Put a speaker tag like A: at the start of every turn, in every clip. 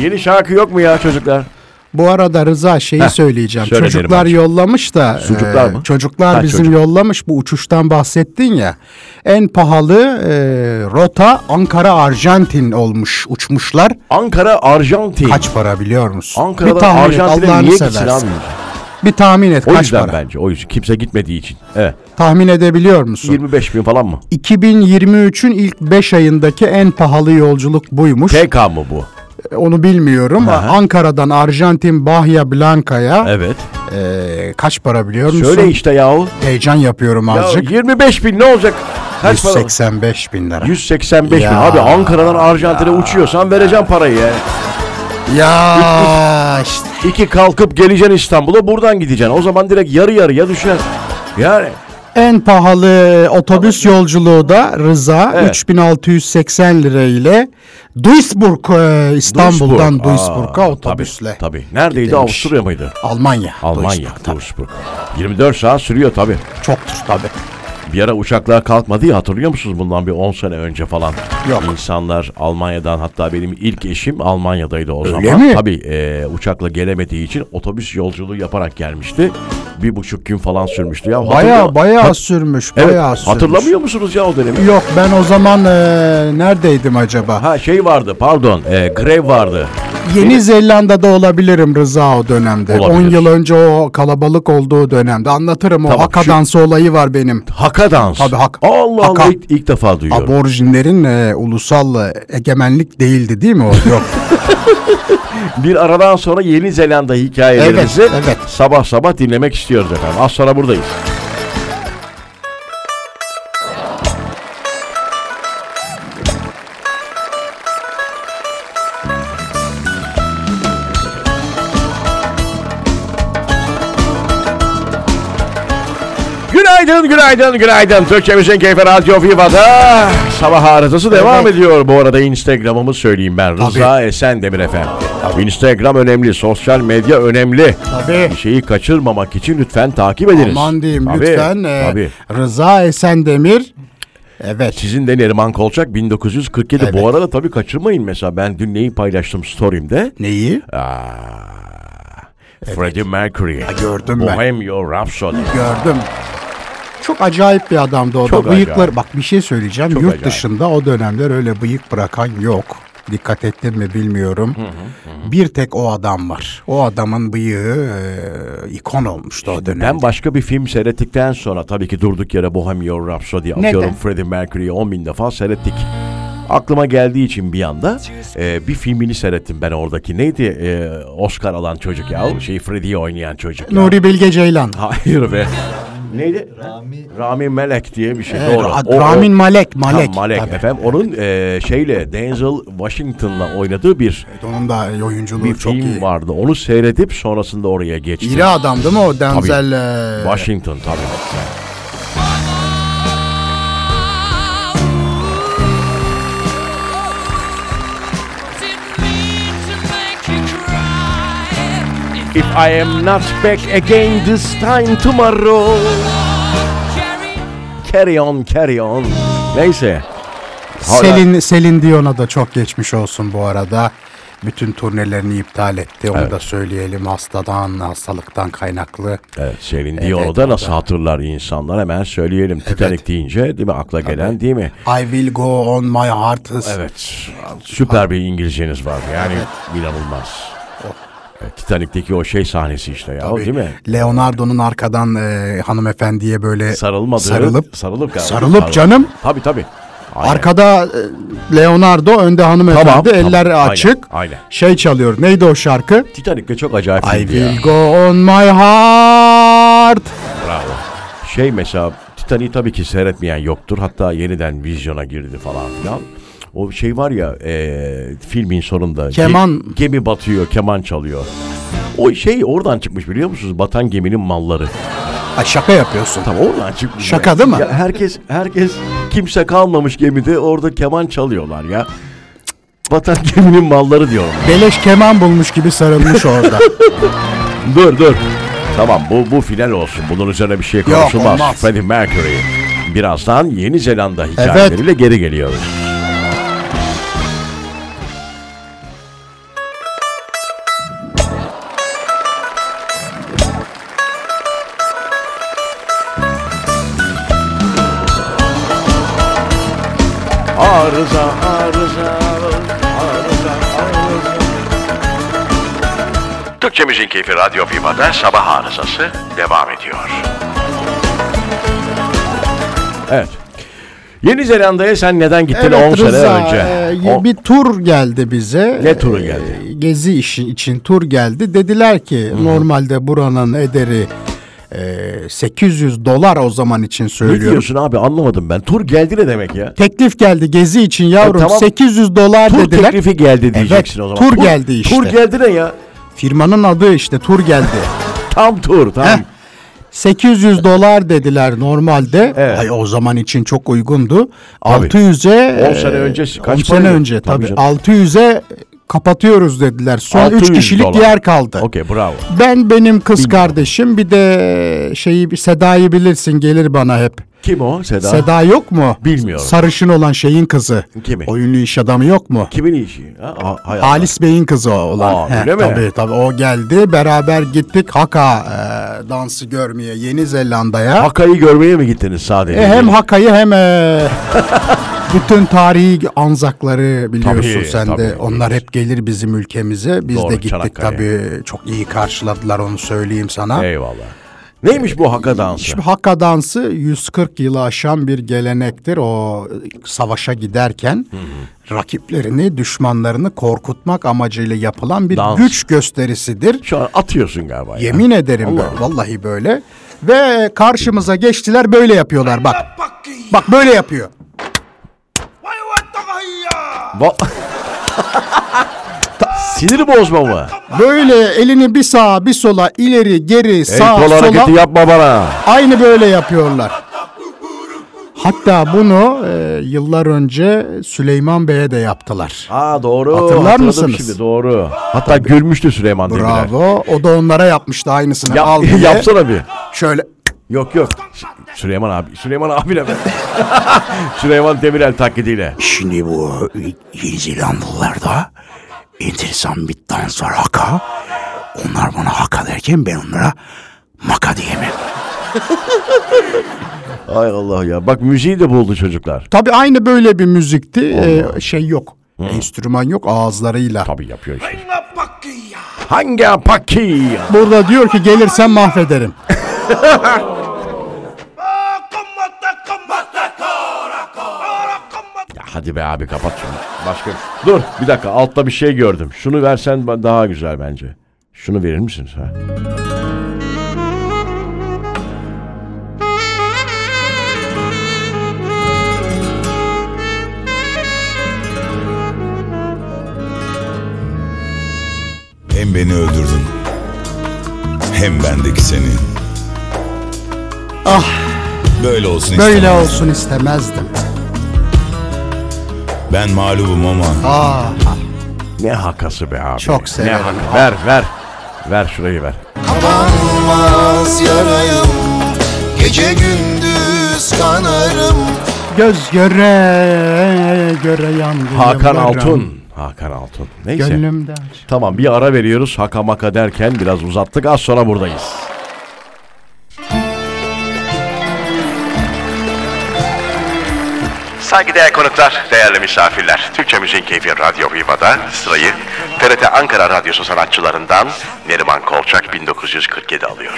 A: Yeni şarkı yok mu ya çocuklar?
B: Bu arada Rıza şeyi
A: Heh,
B: söyleyeceğim.
A: söyle Neriman
B: Çocuklar
A: hocam.
B: yollamış da e,
A: Sucuklar mı?
B: çocuklar
A: Ha,
B: bizim
A: çocuk.
B: yollamış bu uçuştan bahsettin ya. En pahalı e, rota Ankara Arjantin olmuş uçmuşlar.
A: Ankara Arjantin.
B: Kaç para biliyor musun? bir
A: Ankara'dan
B: tahmin et
A: Arjantin'e
B: Allah'ını
A: niye gitsin abi?
B: seversen. Bir tahmin et
A: O
B: kaç
A: yüzden
B: para?
A: bence. O yüzden. Kimse gitmediği için. Evet.
B: Tahmin edebiliyor musun?
A: 25 bin falan mı?
B: 2023'ün ilk 5 ayındaki en pahalı yolculuk buymuş. E,
A: TK mı bu?
B: Onu bilmiyorum. Ankara'dan Arjantin Bahia Blanca'ya
A: Evet.
B: e, kaç para biliyor musun?
A: Söyle işte yahu.
B: Heyecan yapıyorum
A: Ya
B: azıcık.
A: 25 bin ne olacak? Kaç para?
B: 185 bin lira.
A: 185 bin.
B: Ya.
A: Abi Ankara'dan Arjantin'e uçuyorsan vereceğim parayı ya.
B: Ya işte.
A: İki kalkıp geleceksin İstanbul'a buradan gideceksin. O zaman direkt yarı yarıya düşer. Yani
B: En pahalı otobüs yolculuğu da Rıza
A: Evet.
B: 3680 lira ile Duisburg e, İstanbul'dan
A: Duisburg. Aa,
B: Duisburg'a otobüsle.
A: Tabii, tabii. Neredeydi?
B: gidemiş.
A: Avusturya mıydı?
B: Almanya.
A: Almanya,
B: Duisburg, tabii.
A: Duisburg. 24 saat sürüyor tabii.
B: Çoktur tabii.
A: Bir ara uçaklar kalkmadı ya hatırlıyor musunuz bundan bir 10 sene önce falan?
B: Yok.
A: İnsanlar Almanya'dan hatta benim ilk eşim Almanya'daydı o
B: Öyle
A: zaman.
B: mi?
A: Tabii e, uçakla gelemediği için otobüs yolculuğu yaparak gelmişti. Bir buçuk gün falan sürmüştü. ya.
B: Baya
A: Hatırlıyor-
B: baya
A: Hat-
B: sürmüş.
A: Evet,
B: bayağı sürmüş.
A: hatırlamıyor musunuz ya o dönemi?
B: Yok ben o zaman e, neredeydim acaba?
A: Ha şey vardı pardon e, grev vardı.
B: Yeni Zelanda'da olabilirim Rıza o dönemde.
A: Olabilir.
B: 10 yıl önce o kalabalık olduğu dönemde. Anlatırım o
A: Tamam,
B: haka
A: şu-
B: dansı olayı var benim.
A: Haka dans.
B: Tabii, hak-
A: Allah
B: haka.
A: Allah ilk, ilk defa duyuyorum.
B: Aborjinlerin e, ulusal e, egemenlik değildi değil mi o? Yok.
A: Bir aradan sonra Yeni Zelanda hikayelerimizi
B: Evet, evet.
A: sabah sabah dinlemek istiyoruz efendim. Az sonra buradayız. Günaydın, günaydın, günaydın. Türkçemizin keyfi Radyo Viva'da sabah arızası devam ediyor. Bu arada Instagram'ımı söyleyeyim ben. Rıza Esen Demir efendim. Instagram önemli, sosyal medya önemli.
B: Tabii.
A: Bir şeyi kaçırmamak için lütfen takip ediniz.
B: Aman diyeyim
A: Tabii,
B: lütfen. e,
A: tabii.
B: Rıza Esen Demir. Evet.
A: Sizin de Neriman Kolçak 1947.
B: Evet.
A: Bu arada tabii kaçırmayın mesela. Ben dün neyi paylaştım story'imde?
B: Neyi?
A: Aa, Freddie Mercury.
B: gördüm ben.
A: Bohemian Rhapsody.
B: Gördüm. Çok acayip bir adamdı o
A: Çok
B: da. Bıyıkları
A: acayip.
B: bak bir şey söyleyeceğim.
A: Çok
B: Yurt
A: acayip.
B: dışında o dönemler öyle bıyık bırakan yok. Dikkat ettin mi bilmiyorum. Bir tek o adam var. O adamın bıyığı e, ikon olmuştu o dönemde.
A: Ben başka bir film seyrettikten sonra tabii ki durduk yere Bohemian Rhapsody atıyorum Freddie Mercury'yi 10 bin defa seyrettik. Aklıma geldiği için bir anda e, bir filmini seyrettim ben oradaki. Neydi e, Oscar alan çocuk ya? O Şey Freddie'yi oynayan çocuk ya.
B: Nuri Bilge Ceylan.
A: Hayır be. Neydi? Rami, Melek diye bir şey.
B: Evet,
A: Doğru.
B: Ra-
A: O- o-
B: Ramin Malek.
A: Ha,
B: Malek.
A: Malek
B: tabii.
A: efendim. Onun e, şeyle Denzel Washington'la oynadığı bir
B: Onun da oyunculuğu
A: bir
B: çok
A: film
B: iyi.
A: vardı. Onu seyredip sonrasında oraya geçtim.
B: İri adam değil mi o Denzel? e,
A: Washington tabii. If I am not back again this time tomorrow. Carry on, carry on. Neyse. Hala-
B: Selin, Selin Dion'a da çok geçmiş olsun bu arada. Bütün turnelerini iptal etti. Onu da söyleyelim hastadan, hastalıktan kaynaklı.
A: Evet, Selin Dion'u da nasıl hatırlar insanlar hemen söyleyelim. Titanic deyince değil mi akla gelen değil mi?
B: I will go on my heart.
A: Evet. Süper bir İngilizceniz var. Yani inanılmaz. Evet, Titanic'teki o şey sahnesi işte ya değil mi?
B: Leonardo'nun arkadan e, hanımefendiye böyle
A: Sarılmadı.
B: sarılıp
A: E, sarılıp galiba.
B: sarılıp canım.
A: Tabii tabii. Aynen.
B: arkada e, Leonardo önde hanımefendi
A: Tamam, tamam.
B: eller
A: Aynen,
B: açık.
A: aynen.
B: Şey çalıyor. Neydi o şarkı?
A: Titanic'te çok acayip
B: I
A: filmdi ya.
B: will go on my heart.
A: Bravo. Şey mesela Titanic'i tabii ki seyretmeyen yoktur. Hatta yeniden vizyona girdi falan filan. O şey var ya e, filmin sonunda. ge-
B: Keman.
A: gemi batıyor, keman çalıyor. O şey oradan çıkmış biliyor musunuz? Batan geminin malları.
B: Ay, şaka yapıyorsun.
A: Tamam oradan çıkmış.
B: Şaka
A: ya.
B: değil mi?
A: Ya herkes, herkes kimse kalmamış gemide orada keman çalıyorlar ya. Batan geminin malları diyorum.
B: Beleş keman bulmuş gibi sarılmış orada.
A: Dur dur. Tamam bu bu final olsun. Bunun üzerine bir şey konuşulmaz.
B: olmaz.
A: Freddie Mercury. Birazdan Yeni Zelanda hikayeleriyle geri geliyoruz. Arıza, arıza, arıza, arıza. Türkçe Müziğin Keyfi Radyo Viva'da sabah arızası devam ediyor. Evet. Yeni Zelanda'ya sen neden gittin 10 sene önce?
B: e,
A: O-
B: bir tur geldi bize.
A: Ne turu geldi?
B: E, Gezi işi için tur geldi. Dediler ki normalde buranın ederi e, 800 dolar o zaman için
A: Ne
B: söylüyorum.
A: diyorsun abi anlamadım ben. Tur geldi ne demek ya?
B: Teklif geldi gezi için yavrum
A: E, tamam.
B: 800 dolar
A: Tur
B: dediler.
A: teklifi geldi diyeceksin
B: Evet,
A: o zaman.
B: tur geldi işte.
A: Tur geldi ne ya?
B: Firmanın adı işte tur geldi.
A: Tam tur tam.
B: Heh. 800 dolar dediler normalde.
A: Evet.
B: Ay, o zaman için çok uygundu.
A: Tabii.
B: 600'e
A: 10 sene önce kaç
B: 10
A: paraydı?
B: sene önce
A: Tabii
B: tabii.
A: canım.
B: 600'e kapatıyoruz dediler. Son 3
A: 600
B: kişilik
A: dolar.
B: yer kaldı.
A: Okey bravo.
B: Ben benim kız kardeşim bir de şeyi bir Seda'yı bilirsin gelir bana hep.
A: Kim o Seda?
B: Seda yok mu?
A: Bilmiyorum.
B: Sarışın olan şeyin kızı.
A: Kimi?
B: O ünlü iş adamı yok mu?
A: Kimin işi? Ha, a- hay Allah.
B: Halis Bey'in kızı o olan.
A: Aa, öyle mi?
B: Tabii tabii o geldi. Beraber gittik Haka e, dansı görmeye Yeni Zelanda'ya.
A: Haka'yı görmeye mi gittiniz sadece?
B: E, hem Haka'yı hem e, bütün tarihi anzakları biliyorsun
A: Tabii,
B: sen
A: tabii,
B: de. Onlar
A: biliyoruz.
B: hep gelir bizim ülkemize. Biz
A: Doğru,
B: de gittik
A: Çanakkale.
B: tabii. Çok iyi karşıladılar onu söyleyeyim sana.
A: Eyvallah. Neymiş bu Haka dansı?
B: Şimdi Hakka dansı 140 yılı aşan bir gelenektir. O e, savaşa giderken rakiplerini, düşmanlarını korkutmak amacıyla yapılan bir
A: Dans.
B: güç gösterisidir.
A: Şu an atıyorsun galiba. ya.
B: Yemin ederim
A: Allah
B: ben, vallahi böyle. Ve karşımıza geçtiler böyle yapıyorlar bak. Bak böyle yapıyor.
A: Va- Ta- Sinir bozma mı?
B: Böyle elini bir sağa bir sola ileri geri
A: El
B: sağa
A: kol hareketi
B: sola
A: yapma bana.
B: aynı böyle yapıyorlar. Hatta bunu e, yıllar önce Süleyman Bey'e de yaptılar.
A: Aa doğru.
B: Hatırlar
A: Hatırladım
B: mısınız?
A: Şimdi doğru. Hatta gülmüştü Süleyman Demirel.
B: Bravo. O da onlara yapmıştı aynısını.
A: Ya,
B: Al diye.
A: yapsana bir.
B: Şöyle.
A: Yok yok. Sü- Süleyman abi. Süleyman abiyle ben. Süleyman Demirel taklidiyle.
B: Şimdi bu Yeni Zelandalılarda enteresan bir dans var haka. Onlar bana haka derken ben onlara maka diyemem.
A: Ay Allah ya. Bak müziği de buldu çocuklar.
B: Tabii aynı böyle bir müzikti. Ee, şey yok. Enstrüman yok ağızlarıyla.
A: Tabii yapıyor işte. Hangi apaki?
B: Burada diyor ki gelirsen mahvederim.
A: Ya hadi be abi kapat şunu. Başka Dur bir dakika altta bir şey gördüm. Şunu versen ba- daha güzel bence. Şunu verir misiniz ha?
C: Hem beni öldürdün Hem bendeki seni
B: Ah.
C: Böyle olsun
B: Böyle
C: istemem.
B: olsun istemezdim.
C: Ben mağlubum ama
B: Aa,
A: Ne hakası be abi.
B: Çok
A: Ne
B: severim.
A: haka? Ver ver. Ver şurayı ver.
D: Kapanmaz yarayım Gece gündüz kanarım
B: göz göre göre yangın.
A: Hakan Altun. Hakan Altun. Neyse.
B: Gönlümde aşk.
A: Tamam bir ara veriyoruz. Haka maka derken biraz uzattık. Az sonra buradayız.
E: Saygıdeğer konuklar, değerli misafirler. Türkçe Müziğin Keyfi Radyo Viva'da sırayı TRT Ankara Radyosu sanatçılarından Neriman Kolçak 1947 alıyor.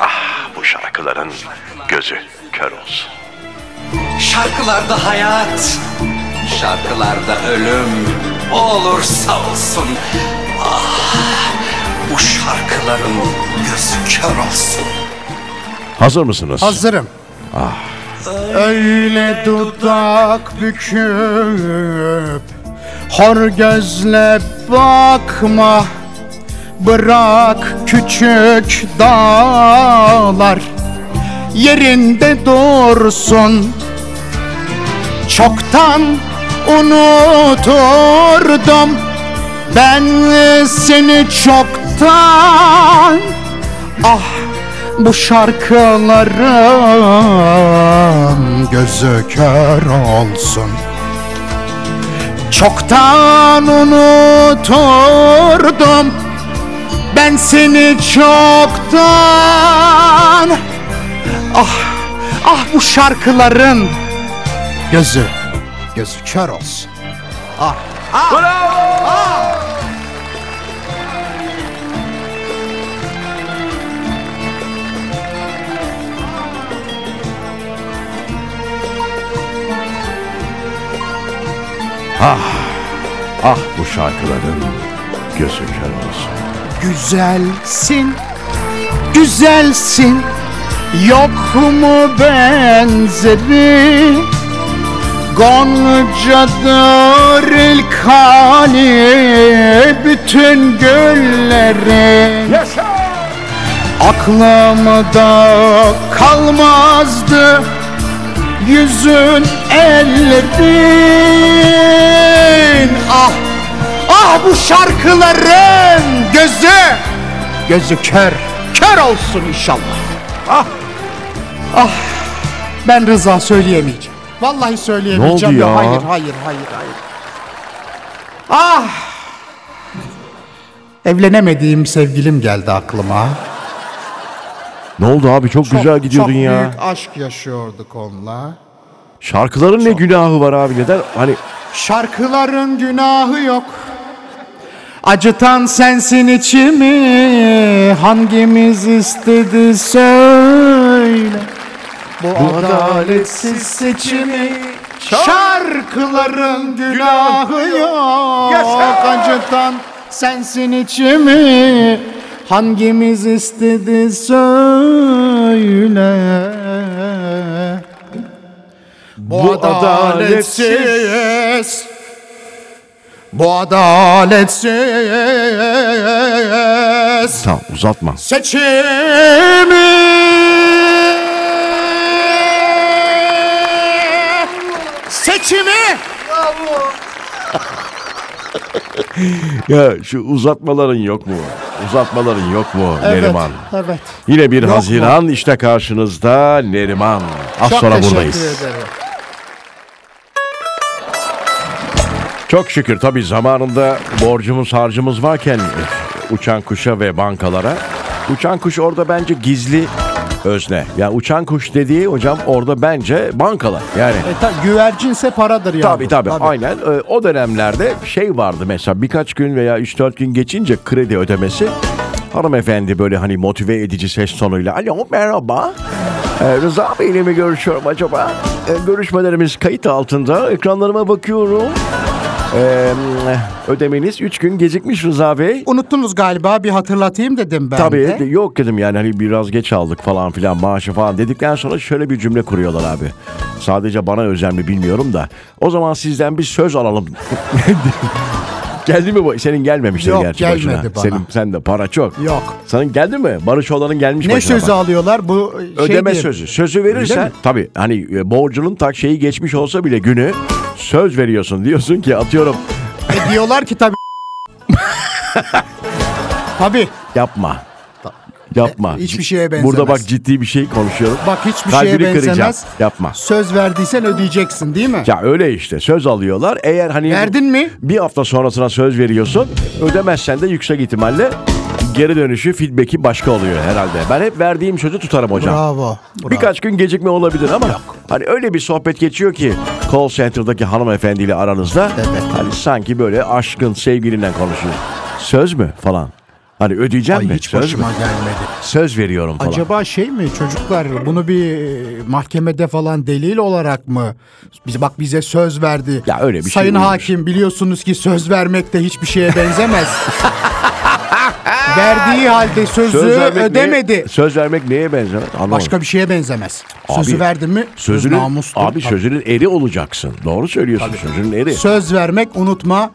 E: Ah bu şarkıların gözü kör olsun.
F: Şarkılarda hayat, şarkılarda ölüm olursa olsun. Ah, bu şarkıların gözü kör olsun.
A: Hazır mısınız?
B: Hazırım. Ah. Öyle dudak büküp Hor gözle bakma Bırak küçük dağlar Yerinde dursun Çoktan unuturdum Ben seni çoktan Ah bu şarkıların gözü kör olsun Çoktan unuturdum ben seni çoktan Ah ah bu şarkıların gözü Gözü kör olsun.
G: Ah bu şarkıların gözü kör olsun.
B: Güzelsin, güzelsin. Yok mu benzeri? Goncadır ilk hali bütün gülleri. Aklımda kalmazdı yüzün ellerin Ah ah bu şarkıların gözü Gözü kör kör olsun inşallah Ah ah ben Rıza söyleyemeyeceğim Vallahi söyleyemeyeceğim
G: Ne oldu ya?
B: hayır hayır hayır hayır Ah Evlenemediğim sevgilim geldi aklıma.
G: Ne oldu abi çok, güzel gidiyordun
B: çok
G: ya.
B: büyük aşk yaşıyorduk onunla.
G: Şarkıların ne günahı var abi neden? Hani
B: Şarkıların günahı yok. Acıtan sensin içimi hangimiz istedi söyle. Bu, adaletsiz seçimi şarkıların günahı yok. Acıtan sensin içimi hangimiz istedi söyle. Bu adaletsiz Bu adaletsiz
G: tamam uzatma.
B: Seçimi Seçimi
G: Ya şu uzatmaların yok mu? Uzatmaların yok mu Neriman?
B: Evet
G: Yine bir
B: Yok mu?
G: Haziran işte karşınızda Neriman. Az
B: Çok
G: sonra
B: teşekkür
G: buradayız.
B: ederim.
G: Çok şükür tabii zamanında e, borcumuz harcımız varken e, uçan kuşa ve bankalara. Uçan kuş orada bence gizli özne. Ya uçan kuş dediği hocam orada bence bankalar. Yani
B: E, ta, güvercinse paradır yani.
G: Tabii tabii, aynen. Ee, O dönemlerde şey vardı mesela birkaç gün veya 3-4 gün geçince kredi ödemesi. Hanımefendi böyle hani motive edici ses tonuyla alo merhaba. Ee, Rıza Bey ile mi görüşüyorum acaba? Ee, görüşmelerimiz kayıt altında. Ekranlarıma bakıyorum. Ee, ödemeniz 3 gün gecikmiş Rıza Bey.
B: Unuttunuz galiba bir hatırlatayım dedim ben
G: Tabii
B: de.
G: de- yok dedim yani hani biraz geç aldık falan filan maaşı falan dedikten sonra şöyle bir cümle kuruyorlar abi. Sadece bana özel mi bilmiyorum da o zaman sizden bir söz alalım. geldi mi bu? Senin gelmemiştir
B: Yok,
G: gerçi
B: gelmedi
G: başına.
B: bana.
G: Senin, sen de para çok.
B: Yok.
G: Senin geldi mi? Barış olanın gelmiş
B: Ne
G: başına.
B: sözü
G: bak.
B: alıyorlar bu e, şey
G: Ödeme
B: diye-
G: sözü. Sözü
B: Öyle
G: verirsen
B: mi?
G: tabii hani e, borcunun tak şeyi geçmiş olsa bile günü söz veriyorsun. Diyorsun ki atıyorum
B: E, diyorlar ki tabii. tabii.
G: yapma. Yapma.
B: E, Hiçbir şeye
G: Burada bak
B: benzemez.
G: ciddi bir şey konuşuyorum.
B: Bak hiçbir şeye
G: Kalbini
B: benzemez.
G: kıracağım. Yapma.
B: Söz verdiysen ödeyeceksin değil mi?
G: Ya öyle işte söz alıyorlar. Eğer hani
B: Verdin mi?
G: bir hafta sonrasına söz veriyorsun. Ödemezsen de yüksek ihtimalle geri dönüşü feedback'i başka oluyor herhalde. Ben hep verdiğim sözü tutarım hocam.
B: Bravo. bravo.
G: Birkaç gün gecikme olabilir ama hani öyle bir sohbet geçiyor ki call center'daki hanımefendiyle aranızda
B: Evet.
G: hani sanki böyle aşkın sevgilinle konuşuyor. Söz mü falan. Hani ödeyeceğim
B: Ay,
G: mi?
B: hiç
G: söz mü?
B: başıma gelmedi.
G: Söz veriyorum falan.
B: Acaba şey mi çocuklar bunu bir e, mahkemede falan delil olarak mı? Biz bak bize söz verdi.
G: Ya öyle bir şey
B: Sayın
G: uymuş.
B: hakim biliyorsunuz ki söz vermek de hiçbir şeye benzemez. Verdiği halde sözü
G: vermek
B: ödemedi.
G: neye- söz vermek neye benzer? Anlamadım.
B: Başka bir şeye benzemez.
G: Abi,
B: Sözü verdin mi?
G: Sözünün,
B: namustur.
G: abi
B: Tabii.
G: sözünün eri olacaksın. Doğru söylüyorsun sözünün eri.
B: Söz vermek unutma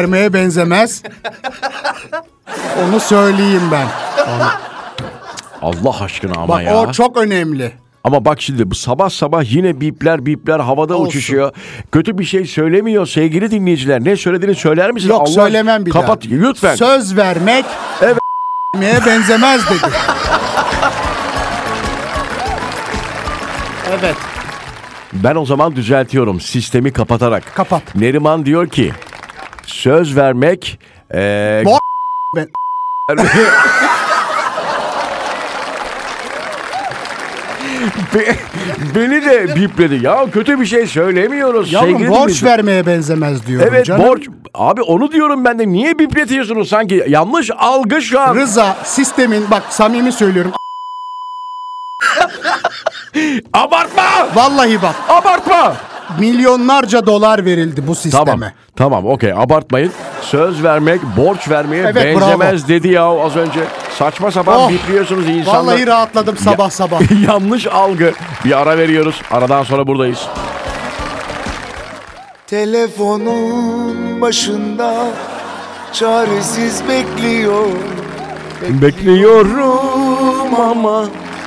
B: vermeye benzemez. Onu söyleyeyim ben.
G: Allah aşkına ama
B: Bak
G: ya.
B: o çok önemli.
G: Ama bak şimdi bu sabah sabah yine bipler bipler havada
B: Olsun.
G: uçuşuyor. Kötü bir şey söylemiyor sevgili dinleyiciler. Ne söylediğini söyler misin?
B: Yok
G: Allah-
B: söylemem bir
G: Kapat
B: daha.
G: lütfen.
B: Söz vermek
G: Evet.
B: vermeye benzemez dedi. evet.
G: Ben o zaman düzeltiyorum sistemi kapatarak.
B: Kapat.
G: Neriman diyor ki söz vermek e, eee,
B: Bo- ben-
G: Be- beni de bipledi. Ya kötü bir şey söylemiyoruz.
B: Yavrum
G: sevgili
B: borç
G: dinleyiciler.
B: vermeye benzemez diyorum
G: Evet
B: canım.
G: borç. Abi onu diyorum ben de. Niye bipletiyorsunuz sanki? Yanlış algı şu an.
B: Rıza sistemin bak samimi söylüyorum.
G: Abartma!
B: Vallahi bak
G: Abartma!
B: milyonlarca dolar verildi bu sisteme.
G: Tamam. Tamam okey abartmayın. Söz vermek borç vermeye
B: Evet,
G: benzemez dedi ya az önce. Saçma sapan
B: Oh,
G: bipliyorsunuz insanları.
B: Vallahi rahatladım sabah sabah.
G: Yanlış algı. Bir ara veriyoruz. Aradan sonra buradayız.
D: Telefonun başında çaresiz bekliyor
G: Bekliyorum ama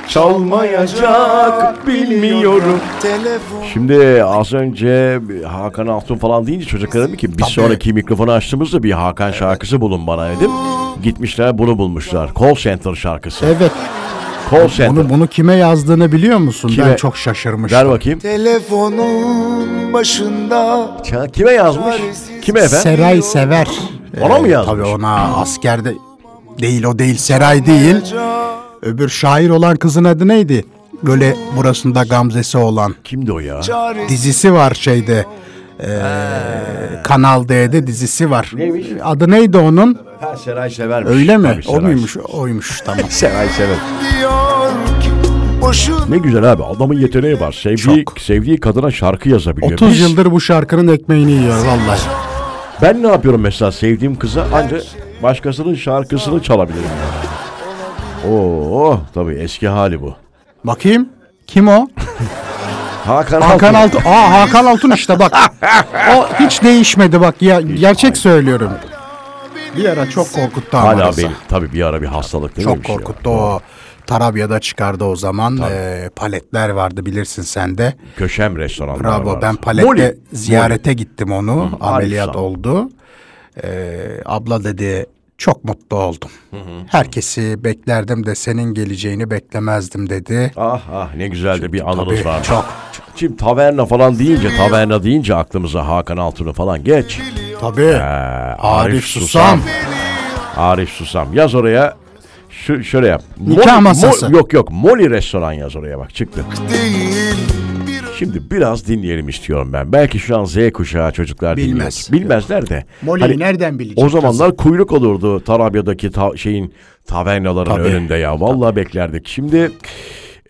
G: çalmayacak bilmiyorum.
D: Telefon
G: Şimdi az önce Hakan Altun falan deyince çocuklara dedim ki bir sonraki mikrofonu açtığımızda bir Hakan şarkısı bulun bana dedim. Gitmişler bunu bulmuşlar. Call Center şarkısı.
B: Evet.
G: Call Center.
B: Bunu bunu kime yazdığını biliyor musun? Ben
G: Şey- Kime?
B: çok
G: Ver
B: şaşırmıştım.
G: bakayım.
D: Telefonun başında
G: Ça- Kime yazmış? Kime efendim?
B: Seray Sever. Ee,
G: Ona mı yazmış?
B: Tabii ona askerde değil o değil Seray değil. Öbür şair olan kızın adı neydi? Böyle burasında gamzesi olan.
G: Kimdi o ya?
B: dizisi var şeyde. eee, Kanal D'de dizisi var. Adı neydi onun?
G: Ha, Seray Severmiş.
B: Öyle mi?
G: Tabii,
B: O
G: Seray.
B: muymuş? Oymuş tamam.
G: Seray Sever.
D: diyor ki boşun
G: Ne güzel abi adamın yeteneği var. Sevdiği, sevdiği kadına şarkı yazabiliyor.
B: 30
G: Biz-
B: yıldır bu şarkının ekmeğini yiyor vallahi.
G: Ben ne yapıyorum mesela sevdiğim kıza ancak
D: şey
G: başkasının şarkısını çalabilirim. Oo tabii eski hali bu.
B: Bakayım. Kim o?
G: Hakan,
B: Hakan
G: Altun.
B: Altun. Aa Hakan Altun işte bak. O hiç değişmedi bak. Ya, gerçek söylüyorum. Bir ara çok korkuttu ama.
G: Hala
B: Rıza.
G: beni tabii bir ara bir hastalık değil mi
B: Çok
G: bir şey
B: korkuttu o. Tarabya'da çıkardı o zaman. Eee, paletler vardı bilirsin sen de.
G: ya? Köşem restoranları
B: Bravo
G: vardı.
B: ben palette
G: Molly,
B: ziyarete gittim onu. Ameliyat
G: harika.
B: oldu. Ee, abla dedi çok mutlu oldum. Herkesi beklerdim de senin geleceğini beklemezdim dedi.
G: Molly. Ah ah ne güzel de bir anımız
B: Tabii,
G: var.
B: çok.
G: Şimdi taverna falan deyince taverna deyince aklımıza Hakan Altun'u falan geç.
B: Tabii.
G: Ee,
B: Arif Susam.
G: Arif Susam. Yaz oraya. Şu, şöyle yap.
B: Nikah masası.
G: yok yok. Moli restoran yaz oraya bak çıktı.
D: değil
G: Şimdi biraz dinleyelim istiyorum ben. Belki şu an Z kuşağı çocuklar
B: Bilmez.
G: dinliyor. Bilmezler de. Hani
B: Molly'yi nereden bilecek
G: O zamanlar kuyruk olurdu Tarabya'daki ta- şeyin tavernaların
B: Tabii.
G: önünde ya. Vallahi beklerdik. Şimdi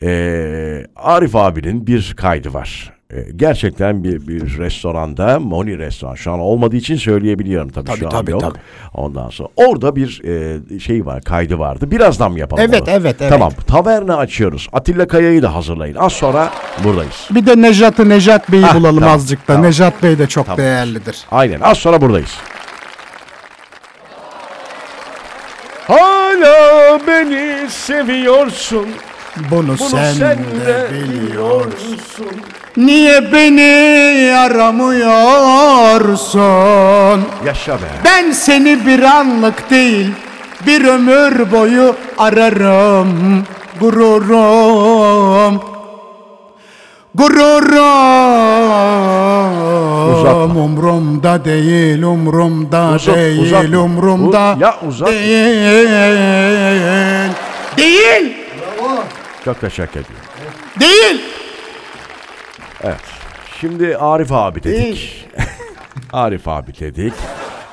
G: eee, Arif abinin bir kaydı var. Eee, gerçekten bir, bir restoranda, Moni restoran şu an olmadığı için söyleyebiliyorum tabii,
B: Tabii,
G: şu an
B: tabii,
G: yok.
B: tabii.
G: Ondan sonra orada bir eee, şey var, kaydı vardı. Birazdan mı yapalım
B: Evet,
G: onu?
B: evet, evet.
G: Tamam, taverna açıyoruz. Atilla Kaya'yı da hazırlayın. Az sonra buradayız.
B: Bir de Nejat'ı Nejat Bey'i bulalım
G: tamam,
B: azıcık da.
G: tamam.
B: Nejat Bey de çok
G: Tamam.
B: değerlidir.
G: Aynen az sonra buradayız. Hala beni seviyorsun.
B: Bunu,
G: Bunu
B: sen, de, biliyorsun.
G: biliyorsun.
B: Niye beni aramıyorsun?
G: Yaşa be.
B: Ben seni bir anlık değil, bir ömür boyu ararım. Gururum. Gururum.
G: Uzatma.
B: Umrumda değil, umrumda
G: Uzat-
B: değil,
G: uzatma.
B: umrumda
G: U- ya uzatma.
B: değil. Değil,
G: Çok teşekkür ediyorum.
B: değil.
G: Evet. Şimdi Arif abi dedik. Arif abi dedik.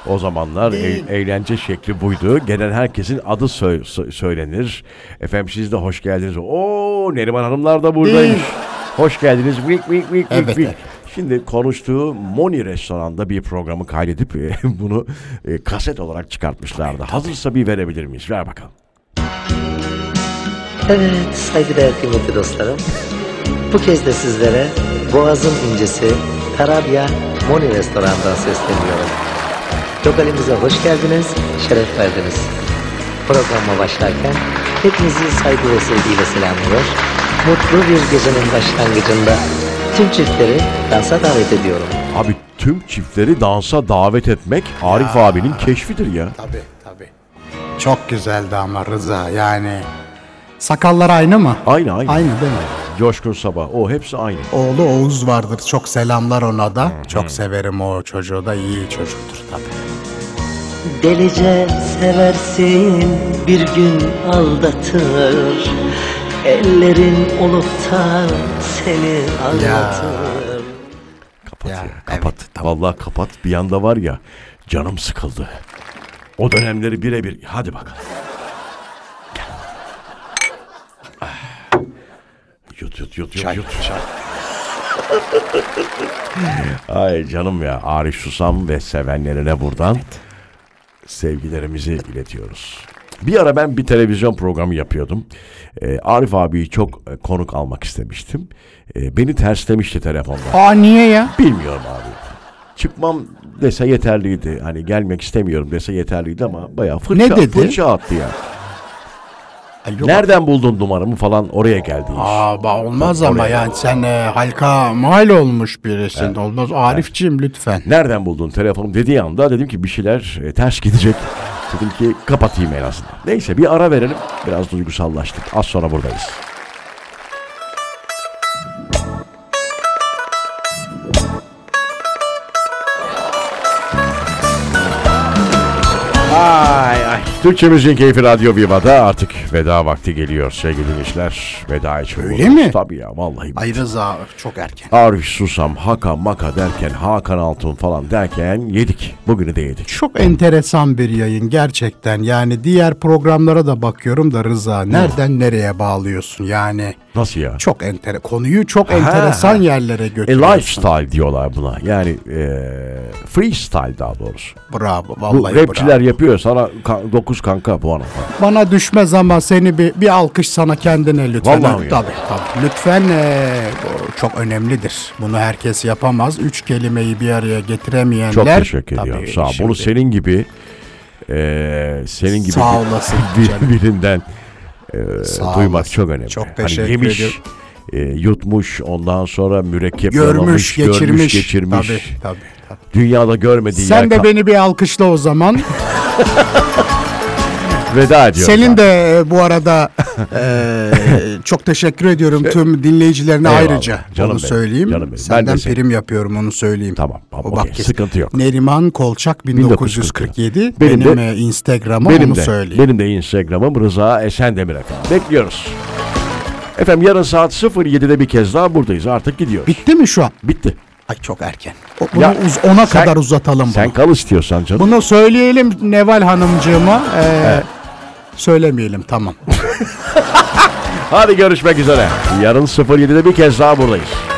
G: O zamanlar e- eğlence şekli buydu. Gelen herkesin adı sö- sö- söylenir. Efendim siz de hoş geldiniz. Oo Neriman Hanımlar da buradaymış.
B: Değil.
G: Hoş geldiniz. Vik vik vik
B: Evet,
G: vik vik.
B: evet.
G: Şimdi konuştuğu Moni restoranda bir programı kaydedip e, bunu e, kaset olarak çıkartmışlardı. Hazırsa bir verebilir miyiz? Ver bakalım.
H: Evet, saygıdeğer kıymetli dostlarım. Bu kez de sizlere Boğaz'ın incisi Tarabya Moni Restoran'dan sesleniyorum. Lokalimize hoş geldiniz, şeref verdiniz. Programa başlarken hepinizi saygı ve sevgiyle selamlıyor. Mutlu bir gecenin başlangıcında tüm çiftleri dansa davet ediyorum.
G: Abi tüm çiftleri dansa davet etmek Arif abinin keşfidir ya.
B: Tabii tabii. Çok güzeldi ama Rıza yani. Sakallar aynı mı?
G: Aynı aynı.
B: Aynı değil mi?
G: Coşkun Sabah. O hepsi aynı.
B: Oğlu Oğuz vardır. Çok selamlar ona da. Çok severim o çocuğu da. iyi çocuktur tabii.
H: Delice seversin bir gün aldatır Ellerin oluktan seni anlatır.
G: Kapat
B: Ya,
G: ya,
B: evet,
G: kapat. Vallahi kapat. Bir anda var ya canım sıkıldı. O dönemleri birebir. Hadi bakalım. Gel. Ah. Yut yut yut yut yut. Ay canım ya Arif Susam ve sevenlerine buradan sevgilerimizi iletiyoruz. Bir ara ben bir televizyon programı yapıyordum. Ee, Arif abiyi çok e, konuk almak istemiştim. Ee, beni terslemişti telefonda.
B: Aa niye ya?
G: Bilmiyorum abi. Çıkmam dese yeterliydi. Hani gelmek istemiyorum dese yeterliydi ama bayağı fırça,
B: Ne dedi?
G: fırça attı ya.
B: Alo.
G: Nereden buldun numaramı falan oraya geldi iş.
B: Aa ba- olmaz ama yani sen e, halka mal olmuş birisin. Olmaz. Arifciğim lütfen.
G: Nereden buldun telefonum dediği anda dedim ki bir şeyler e, ters gidecek. Dedim ki kapatayım en azından. Neyse bir ara verelim. Biraz duygusallaştık. Az sonra buradayız. Ay ay. Türkçe Müziğin Keyfi Radyo Viva'da artık veda vakti geliyor sevgili dinleyiciler. Veda için.
B: Öyle
G: buradayız.
B: mi?
G: Tabii ya vallahi.
B: Ay Rıza çok erken.
G: Arif Susam, Haka Maka derken, Hakan Altun falan derken yedik. Bugünü de yedik.
B: Çok enteresan bir yayın gerçekten. Yani diğer programlara da bakıyorum da Rıza nereden nereye bağlıyorsun yani.
G: Nasıl ya?
B: Çok enter konuyu çok enteresan yerlere
G: E,
B: götürüyorsun.
G: lifestyle diyorlar buna. Yani e, freestyle daha doğrusu.
B: Bravo
G: Bu
B: vallahi
G: rapçiler
B: bravo.
G: yapıyor. Sana 9 kanka puan al.
B: Bana düşmez ama seni bir, bir alkış sana kendine lütfen.
G: Vallahi mi?
B: tabii, tabii. Lütfen e, bu çok önemlidir. Bunu herkes yapamaz. Üç kelimeyi bir araya getiremeyenler.
G: Çok teşekkür ediyorum.
B: Tabii
G: Sağ ol. Bunu
B: şimdi-
G: senin gibi e, senin gibi
B: Sağ olasın
G: bir-
B: canım.
G: birinden e,
B: Sağ
G: duymak
B: olasın.
G: çok önemli.
B: Çok
G: Hani
B: teşekkür
G: yemiş,
B: ediyorum.
G: e, yutmuş, ondan sonra mürekkep
B: Görmüş,
G: yalamış,
B: geçirmiş.
G: görmüş, geçirmiş.
B: Tabii, tabii, tabii.
G: Dünyada görmediği
B: Sen
G: yer
B: de
G: kal-
B: beni bir alkışla o zaman.
G: veda ediyorum.
B: Selin
G: ben.
B: de e, bu arada e, çok teşekkür ediyorum tüm dinleyicilerine
G: Şey- Eyvallah.
B: ayrıca.
G: Canım
B: onu
G: benim,
B: söyleyeyim.
G: canım benim. Ben de
B: Senden
G: senin-
B: prim yapıyorum onu söyleyeyim.
G: Tamam, tamam,
B: O
G: okey,
B: bak kesin.
G: sıkıntı yok.
B: Neriman Kolçak 1947.
G: Benim
B: Benim,
G: de-
B: e, Instagram'ım
G: Benim
B: onu
G: de,
B: söyleyeyim.
G: benim de Instagram'ım Rıza Esendemir efendim. Bekliyoruz. Efendim yarın saat 07'de bir kez daha buradayız. Artık gidiyoruz.
B: Bitti mi şu an?
G: Bitti.
B: Ay çok erken. O- bunu
G: Ya,
B: uz- ona
G: sen-
B: kadar uzatalım bunu.
G: Sen kal istiyorsan canım.
B: Bunu söyleyelim Neval Hanımcığıma. e, Söylemeyelim tamam.
G: Hadi görüşmek üzere. Yarın 07'de bir kez daha buradayız.